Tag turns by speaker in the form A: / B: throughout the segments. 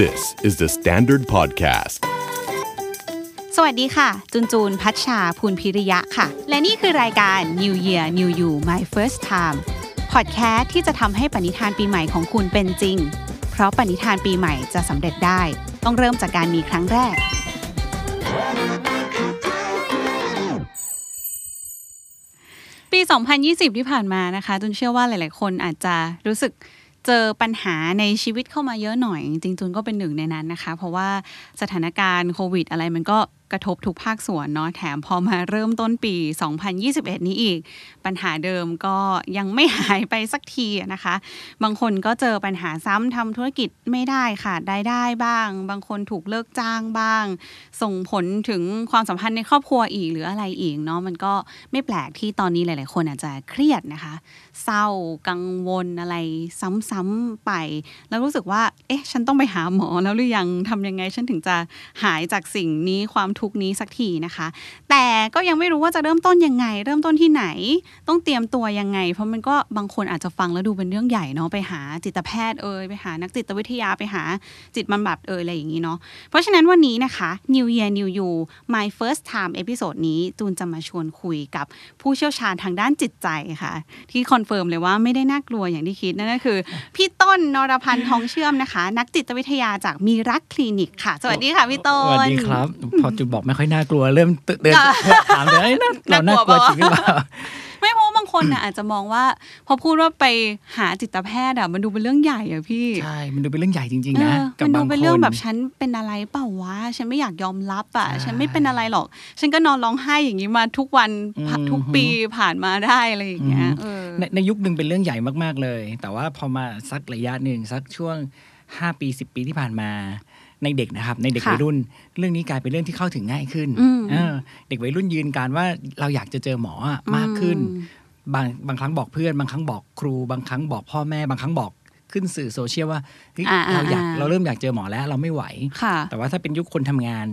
A: This is the Standard Podcast.
B: สวัสดีค่ะ จูนจูนพัชชาภูลพิริยะค่ะ และนี่คือรายการ New Year New You My First Time พอดแคสต์ที่จะทำให้ปณิธานปีใหม่ของคุณเป็นจริง เพราะปณิธานปีใหม่จะสำเร็จได้ ต้องเริ่มจากการมีครั้งแรก ปี 2020 ที่ผ่านมานะคะจุนเชื่อว่าหลาย ๆ คนอาจจะรู้สึกเจอปัญหาในชีวิตเข้ามาเยอะหน่อย จริงๆจุนก็เป็นหนึ่งในนั้นนะคะ เพราะว่าสถานการณ์โควิดอะไรมันก็กระทบทุกภาคส่วนเนาะแถมพอมาเริ่มต้นปี 2021 นี้อีก ปัญหาเดิมก็ยังไม่หายไปสักทีอะนะคะ บางคนก็เจอปัญหาซ้ำทำธุรกิจไม่ได้ค่ะรายได้บ้าง บางคนถูกเลิกจ้างบ้าง ส่งผลถึงความสัมพันธ์ในครอบครัวอีกหรืออะไรอีกเนาะมันก็ไม่แปลกที่ตอนนี้หลาย ๆ คนอาจจะเครียดนะคะ เศร้ากังวลอะไรซ้ำๆไป แล้วรู้สึกว่า เอ๊ะ ฉันต้องไปหาหมอแล้วหรือยังทำยังไงฉันถึงจะหายจากสิ่งนี้ความทุกข์นี้สักทีนะคะ แต่ก็ยังไม่รู้ว่าจะเริ่มต้นยังไง เริ่มต้นที่ไหน ต้องเตรียมตัวยังไง เพราะมันก็บางคนอาจจะฟังแล้วดูเป็นเรื่องใหญ่เนาะไปหาจิตแพทย์เอ่ยไปหานักจิตวิทยาไปหาจิตบำบัดเอ่ยอะไรอย่างนี้เนาะเพราะฉะนั้นวันนี้นะคะ New Year New You My First Time เอพิโซดนี้จูนจะมาชวนคุยกับผู้เชี่ยวชาญทางด้านจิตใจค่ะ ที่คอนเฟิร์มเลยว่าไม่ได้น่ากลัวอย่างที่คิดนั่นก็คือ พี่ต้นนรพันธ์ทองเชื่อมนะคะ นักจิตวิทยาจากมีรักคลินิกค่ะ สวัสดีค่ะพี่ต้น
C: สวัสดีครับ พอจุบอกไม่ค่อยน่ากลัวเริ่มเดิน ถามเลยเอ้ยน่าเราน่ากลัวจริงหรือเปล่า
B: ไม่เพราะว่าบางคนน่ะอาจจะมองว่า พอพูดว่าไปหาจิตแพทย์อ่ะมันดูเป็นเรื่องใหญ่อะพี่
C: ใช่ มันดูเป็นเรื่องใหญ่จริง
B: เอ
C: ๆ นะ
B: อ
C: กับ
B: มันดู
C: บาง
B: เป็น
C: ค
B: เรื่อง
C: น
B: แบบฉันเป็นอะไรเปล่าวะฉันไม่อยากยอมรับอ่ะ
C: ใช่
B: ฉันไม่เป็นอะไรหรอก ฉันก็นอนร้องไห้อย่างนี้มาทุกวัน
C: อืม
B: ทุกปีผ่านมาได้อะไรอย่างเงี้ยเออ
C: ในในยุคหนึ่งเป็นเรื่องใหญ่มาก ๆ เลย แต่ว่าพอมาสักระยะหนึ่งสักช่วง 5 ปี 10 ปีที่ผ่านมา ในเด็กนะครับ ในเด็กวัยรุ่น เรื่องนี้กลายเป็นเรื่องที่เข้าถึงง่ายขึ้นเออเด็กวัยรุ่นยืนการว่าเราอยากจะเจอหมออะมากขึ้น บางบางครั้งบอกเพื่อน บางครั้งบอกครู บางครั้งบอกพ่อแม่ บางครั้งบอกขึ้นสื่อโซเชียลว่าเฮ้ย
B: อ่าอ่า
C: เราอยาก
B: อ่า
C: เราเริ่มอยากเจอหมอแล้วเราไม่ไหว
B: ค่ะ
C: แต่ว่าถ้าเป็นยุคคนทำงาน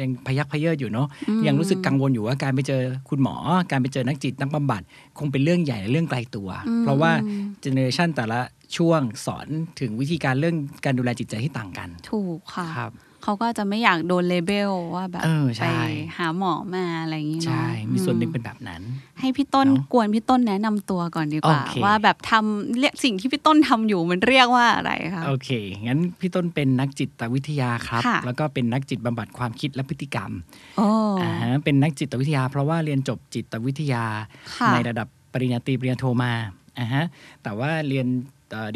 C: ยังพยักพะเยออยู่เนาะ
B: อืม
C: ยังรู้สึกกังวลอยู่ว่าการไปเจอคุณหมอ การไปเจอนักจิตนักบำบัด คงเป็นเรื่องใหญ่และเรื่องไกลตัว เพราะว่าเจเนอเรชันแต่ละช่วงสอนถึงวิธีการเรื่องการดูแลจิตใจที่ต่างกัน
B: ถูกค่ะ
C: ครับ
B: เขาก็จะไม่อยากโดนเลเบลว่าแบบ
C: เออใช่
B: ไปหาหมอมาอะไรอย่างงี้เนาะ
C: ใช่ มีส่วนหนึ่ง
B: อื
C: เป็นแบบนั้น
B: ให้พี่ต้น
C: เนอะ
B: กวนพี่ต้นแนะนำตัวก่อนดีกว่า
C: โอเค
B: ว่าแบบทำเรียกสิ่งที่พี่ต้นทำอยู่มันเรียกว่าอะไรคะ
C: โอเค งั้นพี่ต้นเป็นนักจิตวิทยาครับ
B: ค่ะ
C: แล้วก็เป็นนักจิตบำบัดความคิดและพฤติกรรม
B: โอ้
C: อ่าฮะเป็นนักจิตวิทยา เพราะว่าเรียนจบจิตวิทยา
B: ค่ะ
C: ในระดับปริญญาตรีปริญญาโทมาอ่าฮะแต่ว่าเรียน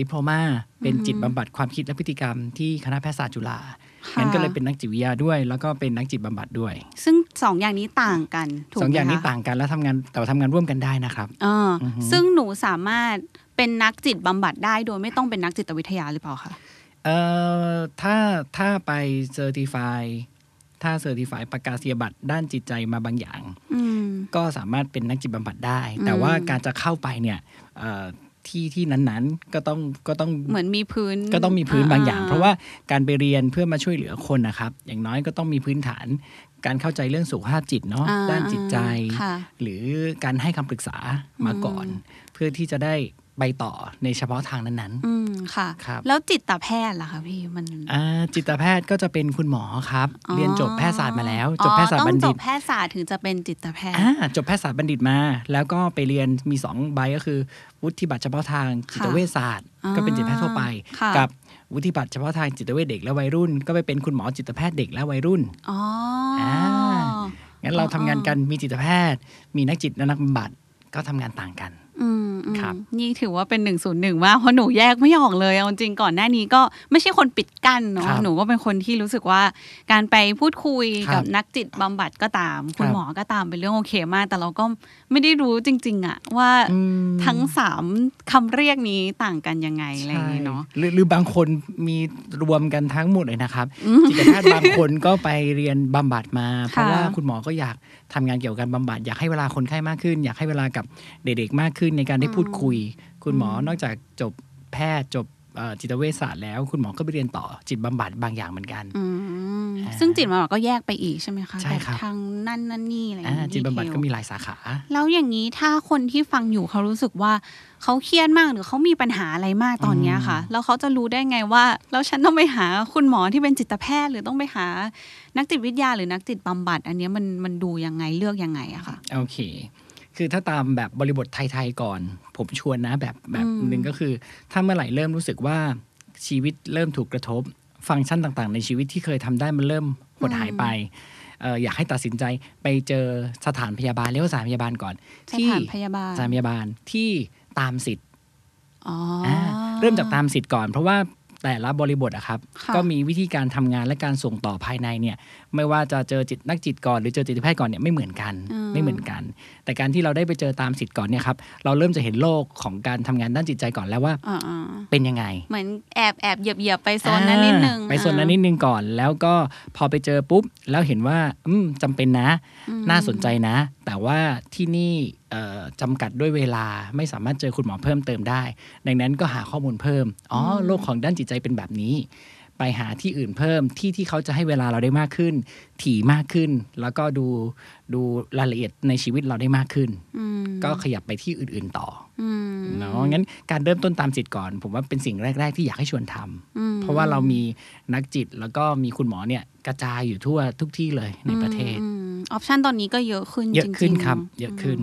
C: ดิพโ o มา เป็นจิตบำบัดความคิดและพฤติกรรมที่คณะแพทยศาสตร์จุฬา
B: ค่ะ
C: งั้นก็เลยเป็นนักจิตวิทยาด้วย แล้วก็เป็นนักจิตบำบัดด้วย
B: ซึ่งสองอย่างนี้ต่างกันถูก
C: ส
B: ไหม
C: องอย่างนี้
B: คะ
C: ต่างกันแล้วทำงานแต่ว่าทำงานร่วมกันได้นะครับ
B: เอออซึ่งหนูสามารถเป็นนักจิตบำบัดได้โดยไม่ต้องเป็นนักจิตวิทยาหรือเปล่าคะ
C: เอ่อถ้าถ้าไปเซอร์ติฟายถ้าเซอร์ติฟายประกาศนียบัตรด้านจิตใจมาบางอย่าง
B: อืม
C: ก็สามารถเป็นนักจิตบำบัดได้ แต่ว่าการจะเข้าไปเนี่ยเอ่อที่ที่นั้นๆก็ต้องก็ต้อง
B: เหมือนมีพื้น
C: ก็ต้องมีพื้นบางอย่าง เพราะว่า
B: อ่
C: การไปเรียนเพื่อมาช่วยเหลือคนนะครับ อย่างน้อยก็ต้องมีพื้นฐาน การเข้าใจเรื่องสุขภาพจิตเนาะ
B: อ่
C: ด้านจิตใจ
B: ค่ะ
C: หรือการให้คำปรึกษามาก่อน เพื่อที่จะได้ไปต่อในเฉพาะทางนั้น
B: อืมค่ะ
C: ครับ
B: แล้วจิตแพทย์ล่ะคะพี่มัน
C: ๆอ่าจิตแพทย์ก็จะเป็นคุณหมอครับ เรียนจบแพทยศาสตร์มาแล้ว
B: อ๋อ
C: จบแพทยศาสตร์บัณ
B: ต้
C: ฑิ
B: องจ
C: ต
B: บแพทยศาสตร์ถึงจะเป็นจิตแพทย์
C: อ่าจบแพทยศาสตร์บัณฑิตมา แล้วก็ไปเรียนมีสองใบก็คือ วุฒิบัตรเฉพาะทางจิตเวชศาสตร์
B: อ่า
C: ก็เป็นจิตแพทย์ทั่วไป
B: ค่ะ
C: กับวุฒิบัตรเฉพาะทางจิตเวชเด็กและวัยรุ่น ก็ไปเป็นคุณหมอจิตแพทย์เด็กและวัยรุ่น
B: อ๋ออ
C: า งั้นเราทำงานกันมีจิตแพทย์ มีนักจิตและนักบำบัดก็ทำงานต่างกัน
B: อืมอืม
C: ครับ
B: นี่ถือว่าเป็นหนึ่งศูนย์หนึ่งมากเพราะหนูแยกไม่ออกเลยเอาจริงก่อนหน้านี้ก็ไม่ใช่คนปิดกั้นเนาะ
C: ครับ
B: หนูก็เป็นคนที่รู้สึกว่า การไปพูดคุย
C: ครับ
B: กับนักจิตบำบัดก็ตาม คุณ
C: ครับ
B: หมอก็ตามเป็นเรื่องโอเคมาก แต่เราก็ไม่ได้รู้จริง ๆอะว่า
C: อืม
B: ทั้งสามคำเรียกนี้ต่างกันยังไงอะไรอย่างนี้เนาะ
C: หรือหรือบางคนมีรวมกันทั้งหมดเลยนะครับ จิตแพทย์บางคนก็ไปเรียนบำบัดมา เพราะว่าคุณหมอก็อยากทำงานเกี่ยวกับการบำบัดอยากให้เวลาคนไข้มากขึ้น อยากให้เวลากับเด็กๆมากขึ้นในการได้พูดคุย คุณหมอนอกจากจบแพทย์จบเอ่อจิตเวชศาสตร์แล้ว คุณหมอก็ไปเรียนต่อจิตบำบัดบางอย่างเหมือนกัน
B: อืม
C: อ่า
B: ซึ่งจิตบำบัดก็แยกไปอีกใช่ไหมคะ
C: ใช่ครับ
B: แบบทางนั่นนั่นนี่อะไรอย่าง
C: อ่า
B: เงี้ย
C: จิตบำบัด
B: detail
C: ก็มีหลายสาขา
B: แล้วอย่างนี้ถ้าคนที่ฟังอยู่เขารู้สึกว่าเขาเครียดมากหรือเขามีปัญหาอะไรมากตอนเนี้ยค่ะ แล้วเขาจะรู้ได้ไงว่า แล้วฉันต้องไปหาคุณหมอที่เป็นจิตแพทย์ หรือต้องไปหานักจิตวิทยาหรือนักจิตบำบัด อันเนี้ยมันมันดูยังไงเลือกยังไงอะค่ะ
C: โอเค คือถ้าตามแบบบริบทไทยๆก่อน ผมชวนนะแบบแบบ
B: อืม
C: หนึ่งก็คือ ถ้าเมื่อไหร่เริ่มรู้สึกว่าชีวิตเริ่มถูกกระทบ ฟังก์ชันต่างๆ ในชีวิตที่เคยทำได้มันเริ่มหดหายไปเอ่ออยากให้ตัดสินใจไปเจอสถานพยาบาลเรียกว่าสถานพยาบาลก่อน
B: ส
C: ที่
B: ถานพยาบาล
C: สถานพยาบาลที่ตามสิทธิ์
B: อ๋ออ
C: าเริ่มจากตามสิทธิ์ก่อน เพราะว่าแต่ละบริบทอะครับ
B: ค่ะ
C: ก็มีวิธีการทำงานและการส่งต่อภายในเนี่ย ไม่ว่าจะเจอจิตนักจิตก่อนหรือเจอจิตแพทย์ก่อนเนี่ยไม่เหมือนกัน ไม่เหมือนกัน แต่การที่เราได้ไปเจอตามสิทธิ์ก่อนเนี่ยครับเราเริ่มจะเห็นโลกของการทำงานด้านจิตใจก่อนแล้วว่า
B: อ่า
C: เป็นยังไง
B: ๆเหมือนแอบแอบเหยียบเหยียบไปโซนนั้นนิดนึง
C: อ่าไปโซนนั้นนิดนึงก่อน แล้วก็พอไปเจอปุ๊บ แล้วเห็นว่าอืมจำเป็นนะ น่าสนใจนะ แต่ว่าที่นี่เอ่อจำกัดด้วยเวลาไม่สามารถเจอคุณหมอเพิ่มเติมได้ ดังนั้นก็หาข้อมูลเพิ่มอ๋ออโลกของด้านจิตใจเป็นแบบนี้ ไปหาที่อื่นเพิ่มที่ที่เขาจะให้เวลาเราได้มากขึ้น ถี่มากขึ้น แล้วก็ดูดูรายละเอียดในชีวิตเราได้มากขึ้น
B: อืม
C: ก็ขยับไปที่อื่นๆต่อ
B: อืม
C: อเนาะงั้นการเริ่มต้นตามจิตก่อน ผมว่าเป็นสิ่งแรก ๆ ที่อยากให้ชวนทำ
B: อืม
C: เพราะว่าเรามีนักจิตแล้วก็มีคุณหมอเนี่ยกระจายอยู่ทั่วทุกที่เลยในประเทศ
B: อืมออปชันตอนนี้ก็เยอะขึ้น
C: เยอะขึ้น
B: จงๆ
C: ครับ เยอะขึ้น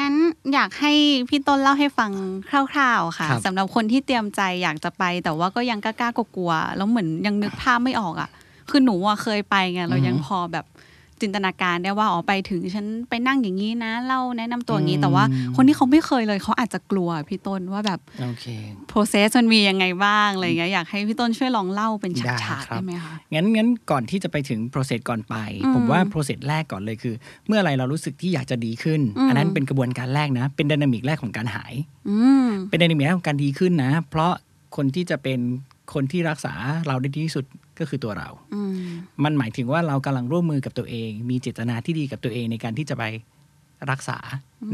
B: งั้นอยากให้พี่ต้นเล่าให้ฟังคร่าว ๆ ค่ะ
C: ครับ
B: สำหรับคนที่เตรียมใจอยากจะไป แต่ว่าก็ยังกล้าๆกลัวๆแล้วเหมือนยังนึกภาพไม่ออกอ่ะ คือหนูอะเคยไปไงเรายังพอแบบจินตนาการได้ว่าอ๋อไปถึงฉันไปนั่งอย่างนี้นะเล่าแนะนำตัวอย่างนี้แต่ว่าคนที่เขาไม่เคยเลยเขาอาจจะกลัวพี่ต้นว่าแบบ
C: โอเค
B: process มันมียังไงบ้างอะไรอย่างเงี้ยอยากให้พี่ต้นช่วยลองเล่าเป็นฉ
C: ได้ครั
B: า
C: บ
B: กๆได้ไหมคะ
C: งั้นงั้นก่อนที่จะไปถึง process ก่อนไป
B: อืม
C: ผมว่า process แรกก่อนเลยคือ เมื่อไรเรารู้สึกที่อยากจะดีขึ้น
B: อืม
C: อันนั้นเป็นกระบวนการแรกนะ เป็นด y นามิกแรกของการหาย
B: อืม
C: เป็นด y นามิกแรกของการดีขึ้นนะ เพราะคนที่จะเป็นคนที่รักษาเราได้ดีที่สุดก็คือตัวเรา
B: อืม
C: มันหมายถึงว่าเรากำลังร่วมมือกับตัวเอง มีเจตนาที่ดีกับตัวเองในการที่จะไปรักษา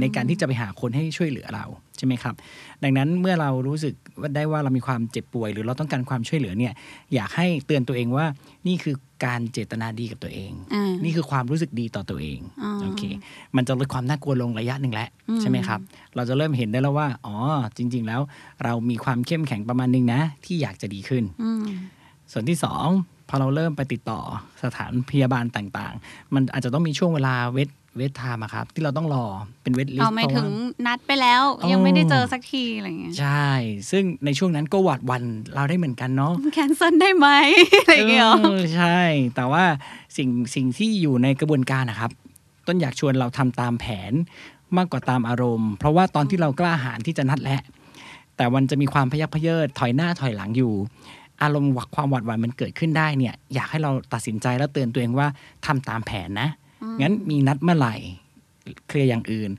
C: ในการที่จะไปหาคนให้ช่วยเหลือเราใช่ไหมครับ ดังนั้นเมื่อเรารู้สึกว่าได้ว่าเรามีความเจ็บป่วย หรือเราต้องการความช่วยเหลือเนี่ย อยากให้เตือนตัวเองว่านี่คือการเจตนาดีกับตัวเอง
B: อ่านี่
C: นี่คือความรู้สึกดีต่อตัวเอง
B: อ่า
C: โอเค มันจะลดความน่ากลัวลงระยะหนึ่งแล้วใช่ไหมครับ เราจะเริ่มเห็นได้แล้วว่า อ๋อ จริง ๆ แล้ว เรามีความเข้มแข็งประมาณหนึงนะ ที่อยากจะดีขึ้น
B: อืม
C: ส่วนที่สองพอเราเริ่มไปติดต่อสถานพยาบาลต่างๆ มันอาจจะต้องมีช่วงเวลาเวทเวทไทม์ครับ ที่เราต้องรอเป็นเวทลิส
B: เอา
C: ต์
B: ไม่
C: เพราะ
B: ถึ
C: ว่า
B: งนัดไปแล้วยังไม่ได้
C: อ๋อ
B: เจอสักทีอะไรอย่างเงี้ย
C: ใช่ ซึ่งในช่วงนั้นก็หวาดหวันเราได้เหมือนกันเนาะ
B: แคนเซิลได้ไหม อะไรอย่างเงี้ยหรอ
C: เออใช่ แต่ว่าสิ่งสิ่งที่อยู่ในกระบวนการนะครับ ต้นอยากชวนเราทำตามแผนมากกว่าตามอารมณ์ เพราะว่าตอนที่เรากล้าหาญที่จะนัดแหละ แต่มันจะมีความพยักเพเยิดถอยหน้าถอยหลังอยู่ อารมณ์หวักความหวาดหวั่นมันเกิดขึ้นได้เนี่ย อยากให้เราตัดสินใจแล้วเตือนตัวเองว่าทำตามแผนนะ งั้นมีนัดเมื่อไหร่เคลียร์อย่างอื่น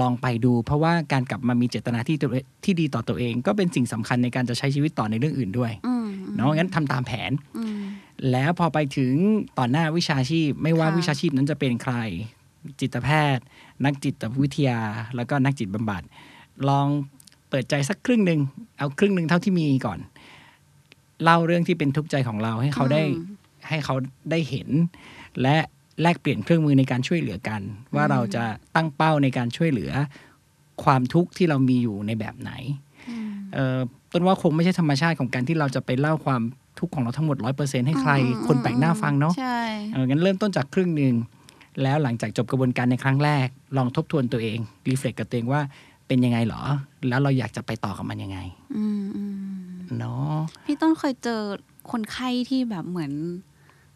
C: ลองไปดู เพราะว่าการกลับมามีเจตนาที่ตัวที่ดีต่อตัวเอง ก็เป็นสิ่งสำคัญในการจะใช้ชีวิตต่อในเรื่องอื่นด้วย
B: อืม
C: เนาะงั้นทำตามแผน
B: อืม
C: แล้วพอไปถึงต่อหน้าวิชาชีพ ไม่ว่า
B: ค่ะ
C: วิชาชีพนั้นจะเป็นใคร จิตแพทย์ นักจิตวิทยา แล้วก็นักจิตบำบัด ลองเปิดใจสักครึ่งหนึ่งเอาครึ่งหนึ่งเท่าที่มีก่อน เล่าเรื่องที่เป็นทุกข์ใจของเราให้เขาได้ ให้เขาได้เห็น และแลกเปลี่ยนเครื่องมือในการช่วยเหลือกัน ว่าเราจะตั้งเป้าในการช่วยเหลือความทุกข์ที่เรามีอยู่ในแบบไหนเอ่อต้นว่าคงไม่ใช่ธรรมชาติของการที่เราจะไปเล่าความทุกข์ของเราทั้งหมดร้อยเปอร์เซ็นให้ใคร
B: อืม
C: คนแปลกหน้าฟังเนาะ
B: ใช่
C: เอองั้นเริ่มต้นจากครึ่งหนึ่งแล้วหลังจากจบกระบวนการในครั้งแรก ลองทบทวนตัวเองรีเฟล็กกับตัวเองว่าเป็นยังไงเหรอ แล้วเราอยากจะไปต่อกับมันยังไง
B: อืมอืม
C: เนาะ
B: พี่ต้นเคยเจอคนไข้ที่แบบเหมือน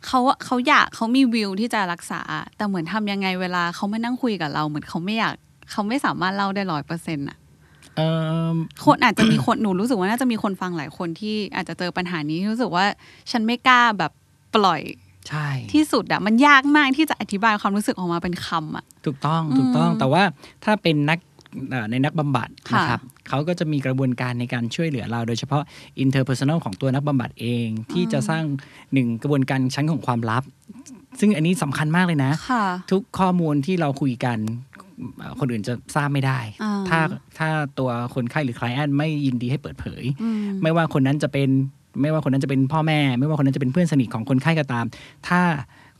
B: เขาอะเขาอยากเขามีวิวที่จะรักษา แต่เหมือนทำยังไงเวลาเขาไม่นั่งคุยกับเรา เหมือนเขาไม่อยากเขาไม่สามารถเล่าได้ร้อยเปอร์เซ็นต์อะ
C: เอิ่ม
B: คนอาจจะมีคน หนูรู้สึกว่าน่าจะมีคนฟังหลายคนที่อาจจะเจอปัญหานี้รู้สึกว่าฉันไม่กล้าแบบปล่อย
C: ใช่
B: ที่สุดอะมันยากมากที่จะอธิบายความรู้สึกออกมาเป็นคำอะ
C: ถูกต้องถูกต้อง
B: อืม
C: แต่ว่าถ้าเป็นนักเอ่อในนักบำบัด
B: ค่ะ
C: นะครับเขาก็จะมีกระบวนการในการช่วยเหลือเรา โดยเฉพาะ interpersonal ของตัวนักบำบัดเอง ที่จะสร้างหนึ่งกระบวนการชั้นของความลับ ซึ่งอันนี้สำคัญมากเลยนะ
B: ค่ะ
C: ทุกข้อมูลที่เราคุยกันเอ่อคนอื่นจะทราบไม่ได้
B: อ่า
C: ถ้าถ้าตัวคนไข้หรือ client ไม่ยินดีให้เปิดเผย
B: อืม
C: ไม่ว่าคนนั้นจะเป็น ไม่ว่าคนนั้นจะเป็นพ่อแม่ ไม่ว่าคนนั้นจะเป็นเพื่อนสนิทของคนไข้ก็ตาม ถ้า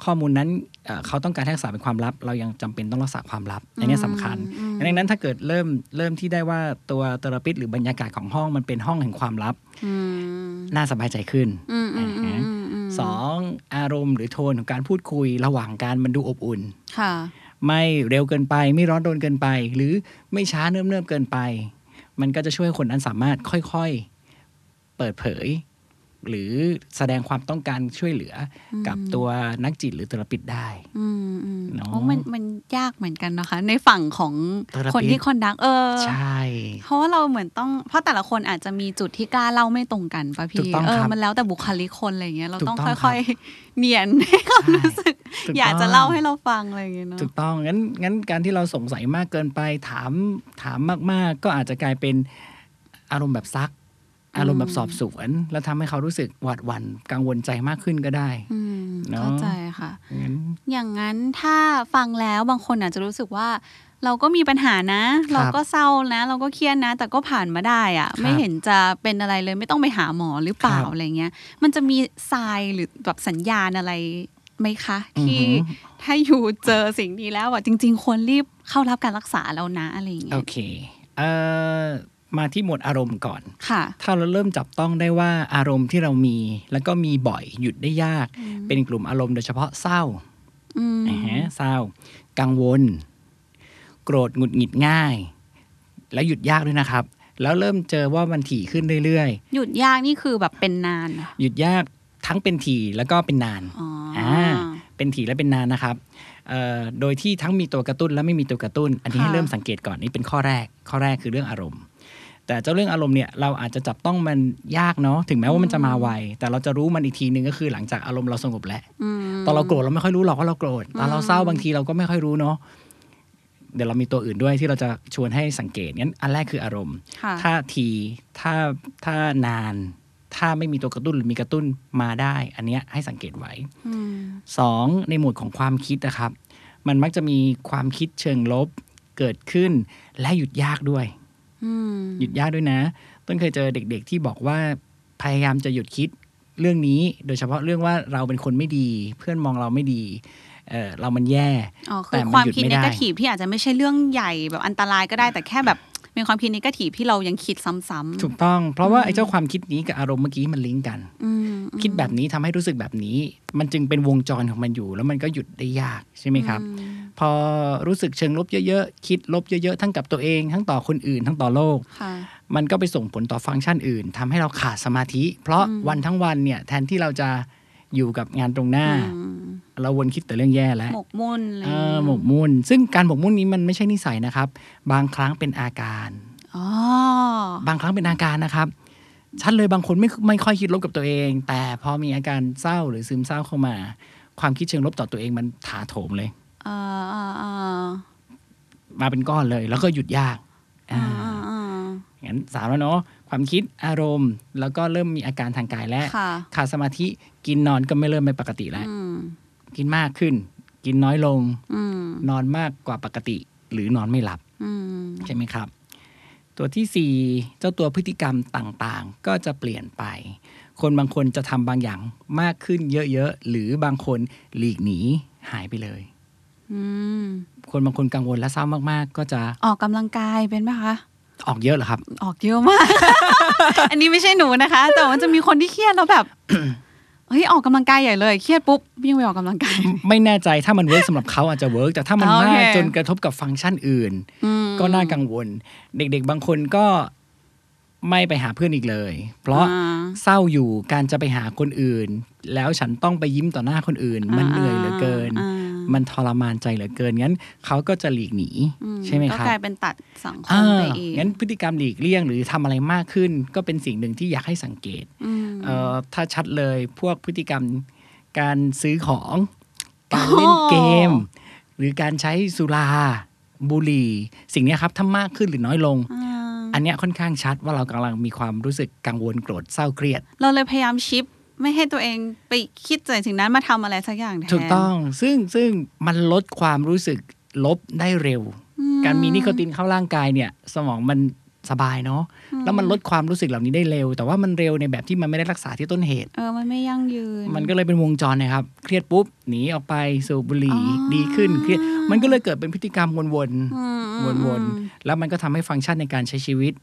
C: ข้อมูลนั้นเอ่อเขาต้องการให้รักษาเป็นความลับ เรายังจำเป็นต้องรักษาความลับอันเนี้ยสำคัญ
B: อืม
C: ดังนั้นถ้าเกิดเริ่มเริ่มที่ได้ว่าตัวเทอราปิสหรือบรรยากาศของห้องมันเป็นห้องแห่งความลับ
B: อืม
C: น่าสบายใจขึ้น
B: อืมอืมอืมอืมม
C: สองอารมณ์หรือโทนของการพูดคุยระหว่างการมันดูอบอุ่น
B: ค่ะ
C: ไม่เร็วเกินไปไม่ร้อนรนเกินไป หรือไม่ช้าเนิ่มเนิ่มๆเกินไป มันก็จะช่วยให้คนนั้นสามารถค่อยๆ เปิดเผย หรือแสดงความต้องการช่วยเหลืออกับตัวนักจิตหรือตุลปิดได้
B: อืมอืม
C: เนอะ
B: โอ้มันมันยากเหมือนกันนะคะ ในฝั่งของคน
C: Therapist
B: ที่คอนดักเออ
C: ใช่
B: เพราะว่าเราเหมือนต้อง เพราะแต่ละคนอาจจะมีจุดที่กล้าเล่าไม่ตรงกันป่ะ
C: ถู
B: พี่
C: กต้อง
B: เอ
C: ค
B: อ
C: รับ
B: มันแล้วแต่บุคลิกคนอะไรอย่างเงี้ยเรา
C: ถูก
B: ต้อง
C: ต้อง
B: ค่อย ๆ เนีย นให้
C: ใช่
B: เขารู้สึก
C: ถู
B: อยากจะ
C: ต้ง
B: เล่าให้เราฟังอะไรอย่างเงี้ยเนาะ
C: ถูกต้องงั้นงั้นการที่เราสงสัยมากเกินไปถามถามมากๆ ก็อาจจะกลายเป็นอารมณ์แบบซัก อารมณ์แบบสอบสวน แล้วทำให้เขารู้สึกหวาดหวั่นกังวลใจมากขึ้นก็ได้
B: อืม
C: เนอะ
B: เข้าใจค่ะ
C: งั้น
B: อย่างนั้นถ้าฟังแล้วบางคนอาจจะรู้สึกว่า เราก็มีปัญหานะ
C: ครับ
B: เราก็เศร้านะ เราก็เครียดนะ แต่ก็ผ่านมาได้อะ
C: ครับ
B: ไม่เห็นจะเป็นอะไรเลยไม่ต้องไปหาหมอหรือเปล่า
C: ครับ
B: อะไรเงี้ย มันจะมีทรายหรือแบบสัญญาณอะไรไหมคะ ที่
C: อือหือ
B: ถ้าอยู่เจอสิ่งนี้แล้วอ่ะจริง ๆ ควรรีบเข้ารับการรักษาแล้วนะอะไรเงี้
C: โอย เคเอ่อมาที่หมวดอารมณ์ก่อน
B: ค่ะ
C: ถ้าเราเริ่มจับต้องได้ว่าอารมณ์ที่เรามี แล้วก็มีบ่อยหยุดได้ยาก เป็นกลุ่มอารมณ์โดยเฉพาะเศร้า
B: อืม
C: นะฮะเศร้า กังวล โกรธหงุดหงิดง่าย แล้วหยุดยากด้วยนะครับ แล้วเริ่มเจอว่ามันถี่ขึ้นเรื่อย
B: หยุดยากนี่คือแบบเป็นนานเหรอ
C: ๆ หยุดยากทั้งเป็นถี่แล้วก็เป็นนาน
B: อ๋ออ
C: อ่า เป็นถี่และเป็นนานนะครับเอ่อโดยที่ทั้งมีตัวกระตุ้นและไม่มีตัวกระตุ้น อันนี้ให้เริ่มสังเกตก่อนนี่เป็นข้อแรก ข้อแรกคือเรื่องอารมณ์ แต่เจ้าเรื่องอารมณ์เนี่ยเราอาจจะจับต้องมันยากเนาะถึงแม้ว่ามันจะมาไวแต่เราจะรู้มันอีกทีหนึ่งก็คือหลังจากอารมณ์เราสงบแล้ว
B: อืม
C: ตอนเราโกรธเราไม่ค่อยรู้หรอกว่าเราโกรธตอนเราเศร้าบางทีเราก็ไม่ค่อยรู้เนาะเดี๋ยวเรามีตัวอื่นด้วยที่เราจะชวนให้สังเกตงั้นอันแรกคืออารมณ์
B: ค่ะ
C: ถ้าทีถ้าถ้านาน ถ้าไม่มีตัวกระตุ้นหรือมีกระตุ้นมาได้ อันเนี้ยให้สังเกตไว้
B: อืม
C: สองในหมวดของความคิดนะครับ มันมักจะมีความคิดเชิงลบเกิดขึ้น และหยุดยากด้วย
B: อืม
C: หยุดยากด้วยนะ ต้นเคยเจอเด็กๆที่บอกว่าพยายามจะหยุดคิดเรื่องนี้ โดยเฉพาะเรื่องว่าเราเป็นคนไม่ดี เพื่อนมองเราไม่ดีเออเรามันแย่
B: อ๋อ
C: แต่
B: คือ
C: มัน
B: ความ
C: หยุด
B: คิด
C: ไม่
B: ใน
C: ได้
B: กาทีฟที่อาจจะไม่ใช่เรื่องใหญ่แบบอันตรายก็ได้แต่แค่แบบเป็นความคิดในกาทีฟที่เรายังคิดซ้ำๆ
C: ถูกต้อง เพราะว่าไอ้เจ้าความคิดนี้กับอารมณ์เมื่อกี้มันลิงก์กัน
B: อืมอืม
C: คิดแบบนี้ทำให้รู้สึกแบบนี้ มันจึงเป็นวงจรของมันอยู่ แล้วมันก็หยุดได้ยากใช่ไหมครับ พอรู้สึกเชิงลบเยอะๆ คิดลบเยอะๆ ทั้งกับตัวเอง ทั้งต่อคนอื่น ทั้งต่อโลก
B: ค่ะ
C: มันก็ไปส่งผลต่อฟังก์ชันอื่นทำให้เราขาดสมาธิ เพราะวันทั้งวันเนี่ยแทนที่เราจะอยู่กับงานตรงหน้า
B: อืม
C: เราวนคิดแต่เรื่องแย่แล้ว
B: หมกมุ่นอะไร
C: เอ
B: อย่าง
C: อ
B: เงี้ย
C: หมกมุ่น ซึ่งการหมกมุ่นนี้มันไม่ใช่นิสัยนะครับ บางครั้งเป็นอาการ
B: อ๋อบ
C: างครั้งเป็นอาการนะครับ ชัดเลยบางคนไม่ไม่ค่อยคิดลบกับตัวเอง แต่พอมีอาการเศร้าหรือซึมเศร้าเข้ามา ความคิดเชิงลบต่อตัวเองมันถาโถมเลย
B: เออเออเออ
C: มาเป็นก้อนเลย แล้วก็หยุดยาก
B: เอ
C: อ่า
B: อเออ
C: งั้นสามแล้วเนาะความคิดอารมณ์ แล้วก็เริ่มมีอาการทางกายและ
B: ค่ะ
C: ขาดสมาธิกินนอนก็ไม่เริ่มไม่ปกติแล้ว
B: อืม
C: กินมากขึ้น กินน้อยลง
B: อืม
C: นอนมากกว่าปกติ หรือนอนไม่หลับ
B: อืม
C: ใช่ไหมครับ ตัวที่สี่เจ้าตัวพฤติกรรมต่างๆ ก็จะเปลี่ยนไป คนบางคนจะทำบางอย่างมากขึ้นเยอะๆ หรือบางคนหลีกหนีหายไปเลย
B: อืม
C: คนบางคนกังวลและเศร้ามากๆ ก็จะ
B: ออกกำลังกายเป็นปะคะ
C: ออกเยอะเหรอครับ
B: ออกเยอะมาก อันนี้ไม่ใช่หนูนะคะ แต่มันจะมีคนที่เครียดแล้วแบบ เฮ้ยออกกำลังกายใหญ่เลย เครียดปุ๊บวิ่งไปออกกำลังกาย
C: ไม่แน่ใจถ้ามันเวิร์กสำหรับเขาอาจจะเวิร์กแต่ถ้ามัน
B: โอเค
C: มากจนกระทบกับฟังก์ชันอื่น
B: อืม
C: ก็น่ากังวล เด็กๆ บางคนก็ไม่ไปหาเพื่อนอีกเลย เพราะ
B: อ่า
C: เศร้าอยู่การจะไปหาคนอื่น แล้วฉันต้องไปยิ้มต่อหน้าคนอื่น มันเหนื่อยเหลือเกิน
B: อ่า
C: มันทรมานใจเหลือเกินงั้นเขาก็จะหลีกหนี
B: อื
C: ใช่ไหมครั
B: ก็
C: บ
B: กลายเป็นตัดสังค
C: อ่
B: มไปเอา ง
C: งั้นพฤติกรรมหลีกเลี่ยงหรือทำอะไรมากขึ้น ก็เป็นสิ่งหนึ่งที่อยากให้สังเกต
B: อืม
C: เอ่อถ้าชัดเลยพวกพฤติกรรมการซื้อของการเล่นเกม
B: โอ้
C: หรือการใช้สุราบุหรี่ สิ่งเนี้ยครับถ้ามากขึ้นหรือน้อยลง
B: อ่า
C: อันเนี้ยค่อนข้างชัดว่าเรากำลังมีความรู้สึกกังวลโกรธเศร้าเครียด
B: เราเลยพยายามชิป ไม่ให้ตัวเองไปคิดใจถึงนั้นมาทำอะไรสักอย่างแทน
C: ถูกต้องซึ่งซึ่งมันลดความรู้สึกลบได้เร็ว
B: อื
C: การมีนิโคตินเข้าร่างกายเนี่ย สมองมันสบายเนาะ แล้วมันลดความรู้สึกเหล่านี้ได้เร็ว แต่ว่ามันเร็วในแบบที่มันไม่ได้รักษาที่ต้นเหตุ
B: เออมันไม่ยั่งยืน
C: มันก็เลยเป็นวงจรนะครับ เครียดปุ๊บหนีออกไปสูบบุหรี่
B: อ๋อ
C: ดีขึ้นเครียดมันก็เลยเกิดเป็นพฤติกรรมวน
B: อืมอืม
C: ๆว
B: อืม
C: นๆแล้วมันก็ทำให้ฟังก์ชันในการใช้ชีวิต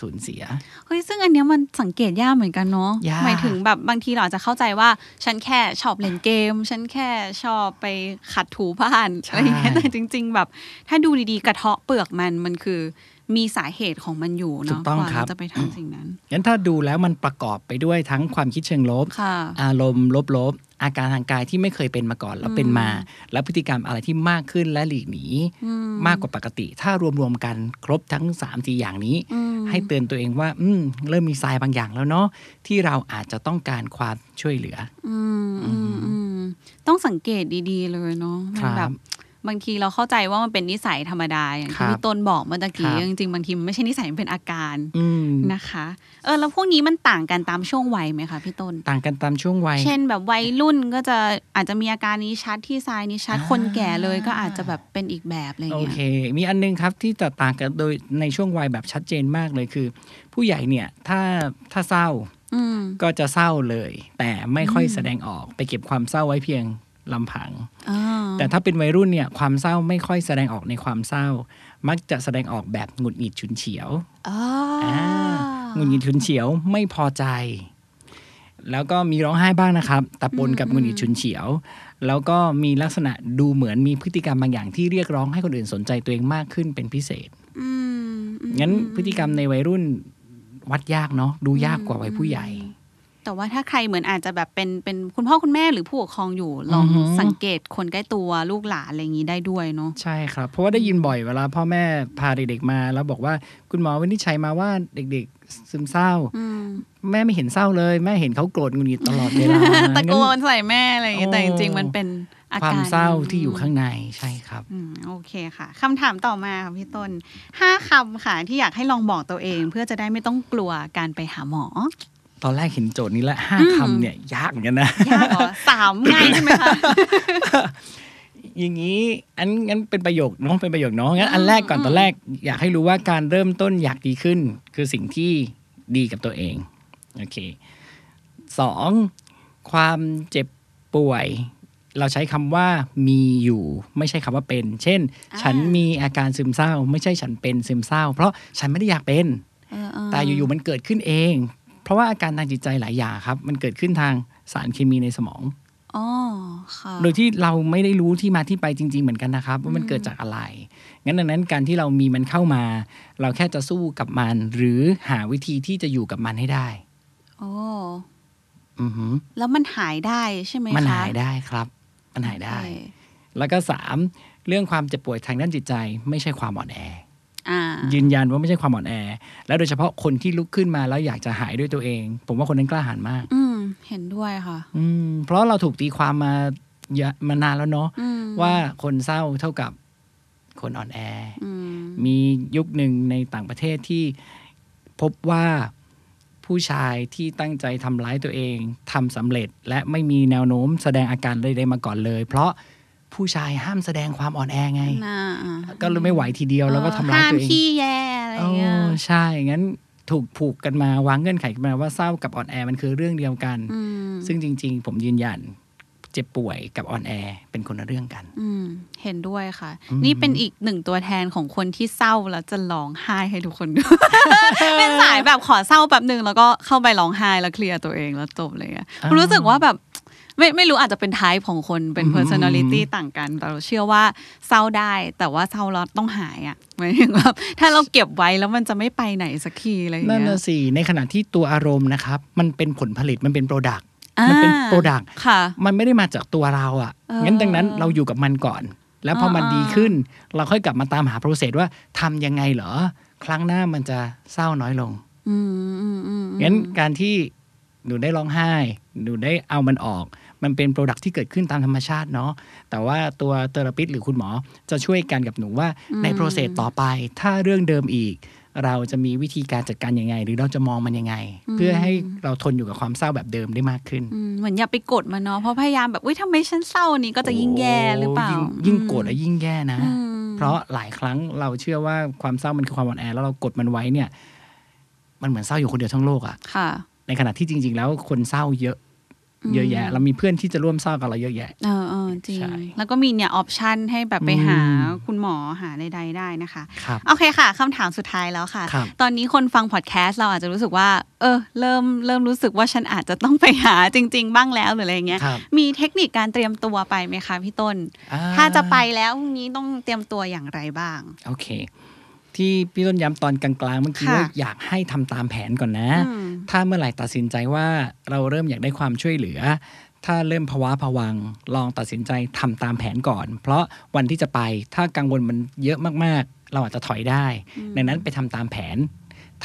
C: สูญเสีย
B: เฮ้ยซึ่งอันเนี้ยมันสังเกตยากเหมือนกันเนาะ
C: ยาก
B: หมายถึงแบบบางทีเราอาจจะเข้าใจว่าฉันแค่ชอบเล่นเกม ฉันแค่ชอบไปขัดถูบ้านอะไรอย่างเงี้ยแต่จริง ๆ แบบ ถ้าดูดีๆกระเทาะเปลือกมันมันคือมีสาเหตุของมันอยู่
C: ถู
B: เนาะ
C: กต้อง
B: กว่า
C: ครับ
B: เราจะไปทำสิ่งนั้น
C: งั้นถ้าดูแล้วมันประกอบไปด้วยทั้งความคิดเชิงลบ
B: ค่ะ
C: อารมณ์ลบๆ อาการทางกายที่ไม่เคยเป็นมาก่อน แล้วเป็นมา และพฤติกรรมอะไรที่มากขึ้นและหลีกหนีมากกว่าปกติ ถ้ารวมๆกันครบทั้ง3ามสี่อย่างนี้ ให้เตือนตัวเองว่า อืมเริ่มมีทรายบางอย่างแล้วเนาะที่เราอาจจะต้องการความช่วยเหลือ
B: อืมอืมอืมต้องสังเกตดีๆ เลยเนาะมั
C: ครั
B: น
C: บ
B: แบบบางทีเราเข้าใจว่ามันเป็นนิสัยธรรมดาอย่าง
C: ครั
B: ที่
C: บ
B: พี่ต้นบอกเมื่อตะกี้
C: ครับ
B: จริงๆบางทีมันไม่ใช่นิสัยมันเป็นอาการ
C: อืม
B: นะคะ เออแล้วพวกนี้มันต่างกันตามช่วงวัยไหมคะพี่ต้น
C: ต่างกันตามช่วงวัย
B: เช่นแบบวัยรุ่นก็จะอาจจะมีอาการนี้ชัดที่ทรายนี้ชัด
C: อ่า
B: คนแก่เลยก็อาจจะแบบเป็นอีกแบบอะไร
C: โอ
B: เงี้
C: เค
B: ย
C: มีอันนึงครับที่จะต่างกันโดยในช่วงวัยแบบชัดเจนมากเลยคือ ผู้ใหญ่เนี่ยถ้าถ้าเศร้า
B: อืม
C: ก็จะเศร้าเลย แต่ไม่ค่อยแสดงออกไปเก็บความเศร้าไว้เพียงลำพัง
B: อ่า
C: แต่ถ้าเป็นวัยรุ่นเนี่ยความเศร้าไม่ค่อยแสดงออกในความเศร้า มักจะแสดงออกแบบหงุดหงิดฉุนเฉียว
B: อ่า
C: อ่าหงุดหงิดฉุนเฉียวไม่พอใจ แล้วก็มีร้องไห้บ้างนะครับแต่ปนกับหงุดหงิดฉุนเฉียว แล้วก็มีลักษณะดูเหมือนมีพฤติกรรมบางอย่างที่เรียกร้องให้คนอื่นสนใจตัวเองมากขึ้นเป็นพิเศษ
B: อืมอืม
C: งั้นพฤติกรรมในวัยรุ่นวัดยากเนาะดูยากกว่าวัยผู้ใหญ่
B: แต่ว่าถ้าใครเหมือนอาจจะแบบเป็นเป็นคุณพ่อคุณแม่หรือผู้ปกครองอยู่ลอง
C: อือหือ
B: สังเกตคนใกล้ตัวลูกหลานอะไรอย่างนี้ได้ด้วยเนาะ
C: ใช่ครับ เพราะว่าได้ยินบ่อยเวลาพ่อแม่พาเด็กๆมา แล้วบอกว่าคุณหมอวินิจฉัยมาว่าเด็กๆซึมเศร้า
B: อืม
C: แม่ไม่เห็นเศร้าเลย แม่เห็นเขาโกรธหงุนงิดตลอดเวลา
B: ตะโกนใส่แม่อะไรอย่างเงี้ย
C: โอ้
B: แต่จริงๆมันเป็นอา
C: ค
B: การ
C: วามเศร้าที่อยู่ข้างในใช่ครับ
B: อืมโอเคค่ะคำถามต่อมาค่ะพี่ต้นห้าคำค่ะที่อยากให้ลองบอกตัวเอง เพื่อจะได้ไม่ต้องกลัวการไปหาหมอ
C: ตอนแรกเห็นโจทย์นี้และห้าคำเนี่ยยากเหมือนกันนะ
B: ยากเหรอ สามง่ายใช่ไหมคะ
C: อย่างนี้อันงั้นเป็นประโยคเน้องเป็นประโยคเน้องงั้นอันแรกก่อนตอนแรกอยากให้รู้ว่าการเริ่มต้นอยากดีขึ้น คือสิ่งที่ดีกับตัวเองโอเคสองความเจ็บป่วย เราใช้คำว่ามีอยู่ ไม่ใช่คำว่าเป็น เช่น
B: อ่า
C: ฉันมีอาการซึมเศร้า ไม่ใช่ฉันเป็นซึมเศร้า เพราะฉันไม่ได้อยากเป็น
B: เออเออ
C: แต่อยู่ๆมันเกิดขึ้นเอง เพราะว่าอาการทางจิตใจหลายอย่างครับ มันเกิดขึ้นทางสารเคมีในสมอง
B: อ๋อค่ะ
C: โดยที่เราไม่ได้รู้ที่มาที่ไปจริง ๆ เหมือนกันนะครับ ว่ามันเกิดจากอะไร งั้นดังนั้นการที่เรามีมันเข้ามา เราแค่จะสู้กับมัน หรือหาวิธีที่จะอยู่กับมันให้ได้
B: โอ้
C: อือหือ
B: แล้วมันหายได้ใช่ไหมคะ
C: มันหายได้ครับ มันหายได้
B: โอเค
C: แล้วก็สามเรื่องความเจ็บป่วยทางด้านจิตใจ ไม่ใช่ความอ่อนแอ
B: อ่า
C: ยืนยันว่าไม่ใช่ความอ่อนแอ แล้วโดยเฉพาะคนที่ลุกขึ้นมาแล้วอยากจะหายด้วยตัวเอง ผมว่าคนนั้นกล้าหาญมาก
B: อืม เห็นด้วยค่ะ
C: อืมเพราะเราถูกตีความมาเยอะมานานแล้วเนาะ
B: อืม
C: ว่าคนเศร้าเท่ากับคนอ่อนแอ
B: อืม
C: มียุคหนึ่งในต่างประเทศที่พบว่าผู้ชายที่ตั้งใจทำร้ายตัวเองทำสำเร็จและไม่มีแนวโน้มแสดงอาการใดๆมาก่อนเลย เพราะผู้ชายห้ามแสดงความอ่อนแอไง
B: น่าอ่ะ
C: ก็เลยไม่ไหวทีเดียวแล้วก็ทำร้ายตัว
B: ห้าม
C: เอง
B: ขี้แย่อะไรเงี้ย
C: โอ้ใช่ งั้นถูกผูกกันมาวางเงื่อนไขกันมาว่าเศร้ากับอ่อนแอมันคือเรื่องเดียวกัน
B: อืม
C: ซึ่งจริง ๆ ผมยืนยัน เจ็บป่วยกับอ่อนแอเป็นคนละเรื่องกัน
B: อืม เห็นด้วยค่ะ นี่เป็นอีกหนึ่งตัวแทนของคนที่เศร้าแล้วจะร้องไห้ให้ทุก คนดู เป็นสายแบบขอเศร้าแบบหนึ่งแล้วก็เข้าไปร้องไห้แล้วเคลียร์ตัวเองแล้วจบเลยอะ
C: อ่า
B: รู้สึกว่าแบบไม่ไม่รู้อาจจะเป็น type ของคนเป็น
C: อืม
B: personality ต่างกัน แต่เราเชื่อว่าเศร้าได้ แต่ว่าเศร้าแล้วต้องหายอะ หมายถึงว่าถ้าเราเก็บไว้แล้วมันจะไม่ไปไหนสักทีอะไรอย่าง
C: นั่น
B: เงี้ย
C: น่ะสิ ในขณะที่ตัวอารมณ์นะครับ มันเป็นผลผลิตมันเป็นโปรดัก มันเป็น
B: อ่า
C: product
B: ค่ะ
C: มันไม่ได้มาจากตัวเราอะ่ะ
B: เออ
C: งั้นดังนั้นเราอยู่กับมันก่อน แล้วพอมัน
B: อ่าๆ
C: ดีขึ้น เราค่อยกลับมาตามหาโปรเซสว่าทำยังไงเหรอ ครั้งหน้ามันจะเศร้าน้อยลง
B: อืมอืมอืมอืม
C: งั้นการที่หนูได้ร้องไห้ หนูได้เอามันออก มันเป็นโปรดักที่เกิดขึ้นตามธรรมชาติเนาะ แต่ว่าตัวเทอราปิสหรือคุณหมอจะช่วยกันกับหนูว่าในโปรเซสต่อไป ถ้าเรื่องเดิมอีก เราจะมีวิธีการจัดการยังไง หรือเราจะมองมันยังไง เพื่อให้เราทนอยู่กับความเศร้าแบบเดิมได้มากขึ้น
B: อืมเหมือนอย่าไปกดมันเนาะเพราะพยายามแบบอุ้ยทำไมฉันเศร้านี้ก็จะยิ่งแย่หรือเปล่า
C: โยง
B: ยิ่
C: ยิ่งโกรธและยิ่งแย่นะ
B: อืม
C: เพราะหลายครั้งเราเชื่อว่าความเศร้ามันคือความอ่อนแอแล้วเรากดมันไว้เนี่ย มันเหมือนเศร้าอยู่คนเดียวทั้งโลกอะ
B: ค่ะ
C: ในขณะที่จริง ๆ แล้วคนเศร้าเยอะ
B: อืม
C: เยอะแยะ เรามีเพื่อนที่จะร่วมเศร้ากับเราเยอะแยะ
B: เออเออจริง
C: ใช่
B: แล้วก็มีเนี่ยออปชันให้แบบไปหา
C: อืม
B: คุณหมอหาใดๆได้นะคะ
C: ครับ
B: โอเคค่ะคำถามสุดท้ายแล้วค่ะ
C: ครับ
B: ตอนนี้คนฟังพอดแคสต์เราอาจจะรู้สึกว่า เออ เริ่มเริ่มรู้สึกว่าฉันอาจจะต้องไปหาจริง ๆ บ้างแล้วหรืออะไรอย่างเงี้ย
C: ครับ
B: มีเทคนิคการเตรียมตัวไปไหมคะพี่ต้น
C: อ่
B: ถ้าจะไปแล้วพรุ่งนี้ต้องเตรียมตัวอย่างไรบ้าง
C: โอเค ที่พี่ต้นย้ำตอนกลางๆเมื่อกี้
B: ค่ะ
C: ว่าอยากให้ทำตามแผนก่อนนะ
B: อืม
C: ถ้าเมื่อไหร่ตัดสินใจว่าเราเริ่มอยากได้ความช่วยเหลือ ถ้าเริ่มภาวะผวังลองตัดสินใจทำตามแผนก่อน เพราะวันที่จะไปถ้ากังวลมันเยอะมากๆ เราอาจจะถอยได้
B: อืม
C: ดังนั้นไปทำตามแผน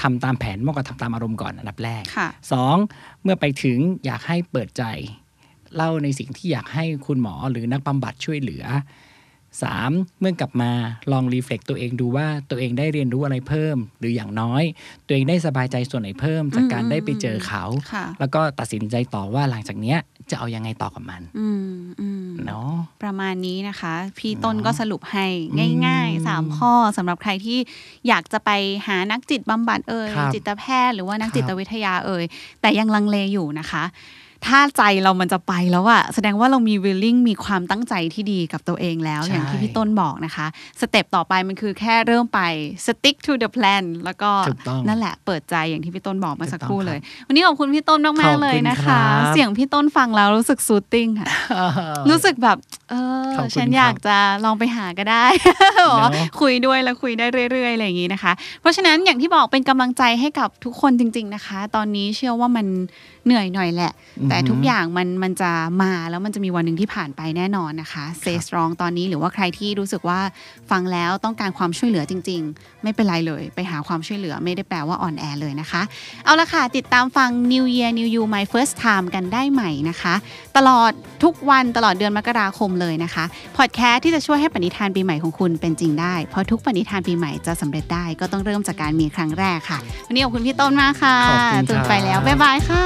C: ทำตามแผนมากกว่าทำตามอารมณ์ก่อนอันดับแรก
B: ค่ะ
C: สองเมื่อไปถึงอยากให้เปิดใจ เล่าในสิ่งที่อยากให้คุณหมอหรือนักบำบัดช่วยเหลือสามเมื่อกลับมาลองรีเฟล็กตัวเองดูว่าตัวเองได้เรียนรู้อะไรเพิ่ม หรืออย่างน้อย ตัวเองได้สบายใจส่วนไหนเพิ่ม จากการ
B: อืม
C: ได้ไปเจอเขา
B: ค่ะ
C: แล้วก็ตัดสินใจต่อว่าหลังจากเนี้ยจะเอายังไงต่อกับมัน
B: อืมอืม
C: เนาะ
B: ประมาณนี้นะคะ พี่
C: เนาะ
B: ต้นก็สรุปให้ง่าย
C: อืม
B: ๆ 3 ข้อสำหรับใครที่อยากจะไปหานักจิตบำบัดเอ่ย
C: ครับ
B: จิตแพทย์หรือว่านัก
C: ครับ
B: จิตวิทยาเอ่ยแต่ยังลังเลอยู่นะคะ ถ้าใจเรามันจะไปแล้วอะแสดงว่าเรามี willing มีความตั้งใจที่ดีกับตัวเองแล้ว
C: ใช่
B: อย่างที่พี่ต้นบอกนะคะ สเต็ปต่อไปมันคือแค่เริ่มไป stick to the plan แล้วก็
C: ถูกต้อง
B: นั่นแหละเปิดใจอย่างที่พี่ต้นบอกเมาสัก
C: ถูกต้อง
B: ครู่
C: ครับ
B: เลย วันนี้ขอบคุณพี่ต้น
C: ข
B: มา
C: อก บ
B: ๆเลย
C: คุณ
B: นะ
C: ครั
B: คะ
C: บ
B: เสียงพี่ต้นฟังแล้วรู้สึก soothing ค่ะ รู้สึกแบบ เออ
C: ขอบคุณ
B: ฉันอยากจะลองไปหาก็ได้ บอกว่าคุยด้วยแล้วคุยได้เรื่อยๆอะไรอย่างนี้นะคะ เพราะฉะนั้นอย่างที่บอกเป็นกำลังใจให้กับทุกคนจริง ๆนะคะ ตอนนี้เชื่อว่ามันเหนื่อยหน่อยแหละ แต่ทุกอย่างมันมันจะมาแล้วมันจะมีวันหนึ่งที่ผ่านไปแน่นอนนะคะเซสรองตอนนี้หรือว่าใครที่รู้สึกว่าฟังแล้วต้องการความช่วยเหลือจริง ๆ ไม่เป็นไรเลย ไปหาความช่วยเหลือไม่ได้แปลว่าอ่อนแอเลยนะคะ เอาละค่ะ ติดตามฟัง New Year New You My First Time กันได้ใหม่นะคะ ตลอดทุกวันตลอดเดือนมกราคมเลยนะคะพอดแคสต์ที่จะช่วยให้ปณิธานปีใหม่ของคุณเป็นจริงได้ เพราะทุกปณิธานปีใหม่จะสำเร็จได้ก็ต้องเริ่มจากการมีครั้งแรกค่ะ วันนี้ขอบคุณพี่ต้นมากค่ะ
C: ขอบคุณครับ
B: จุนไปแล้วบ๊ายบายค่ะ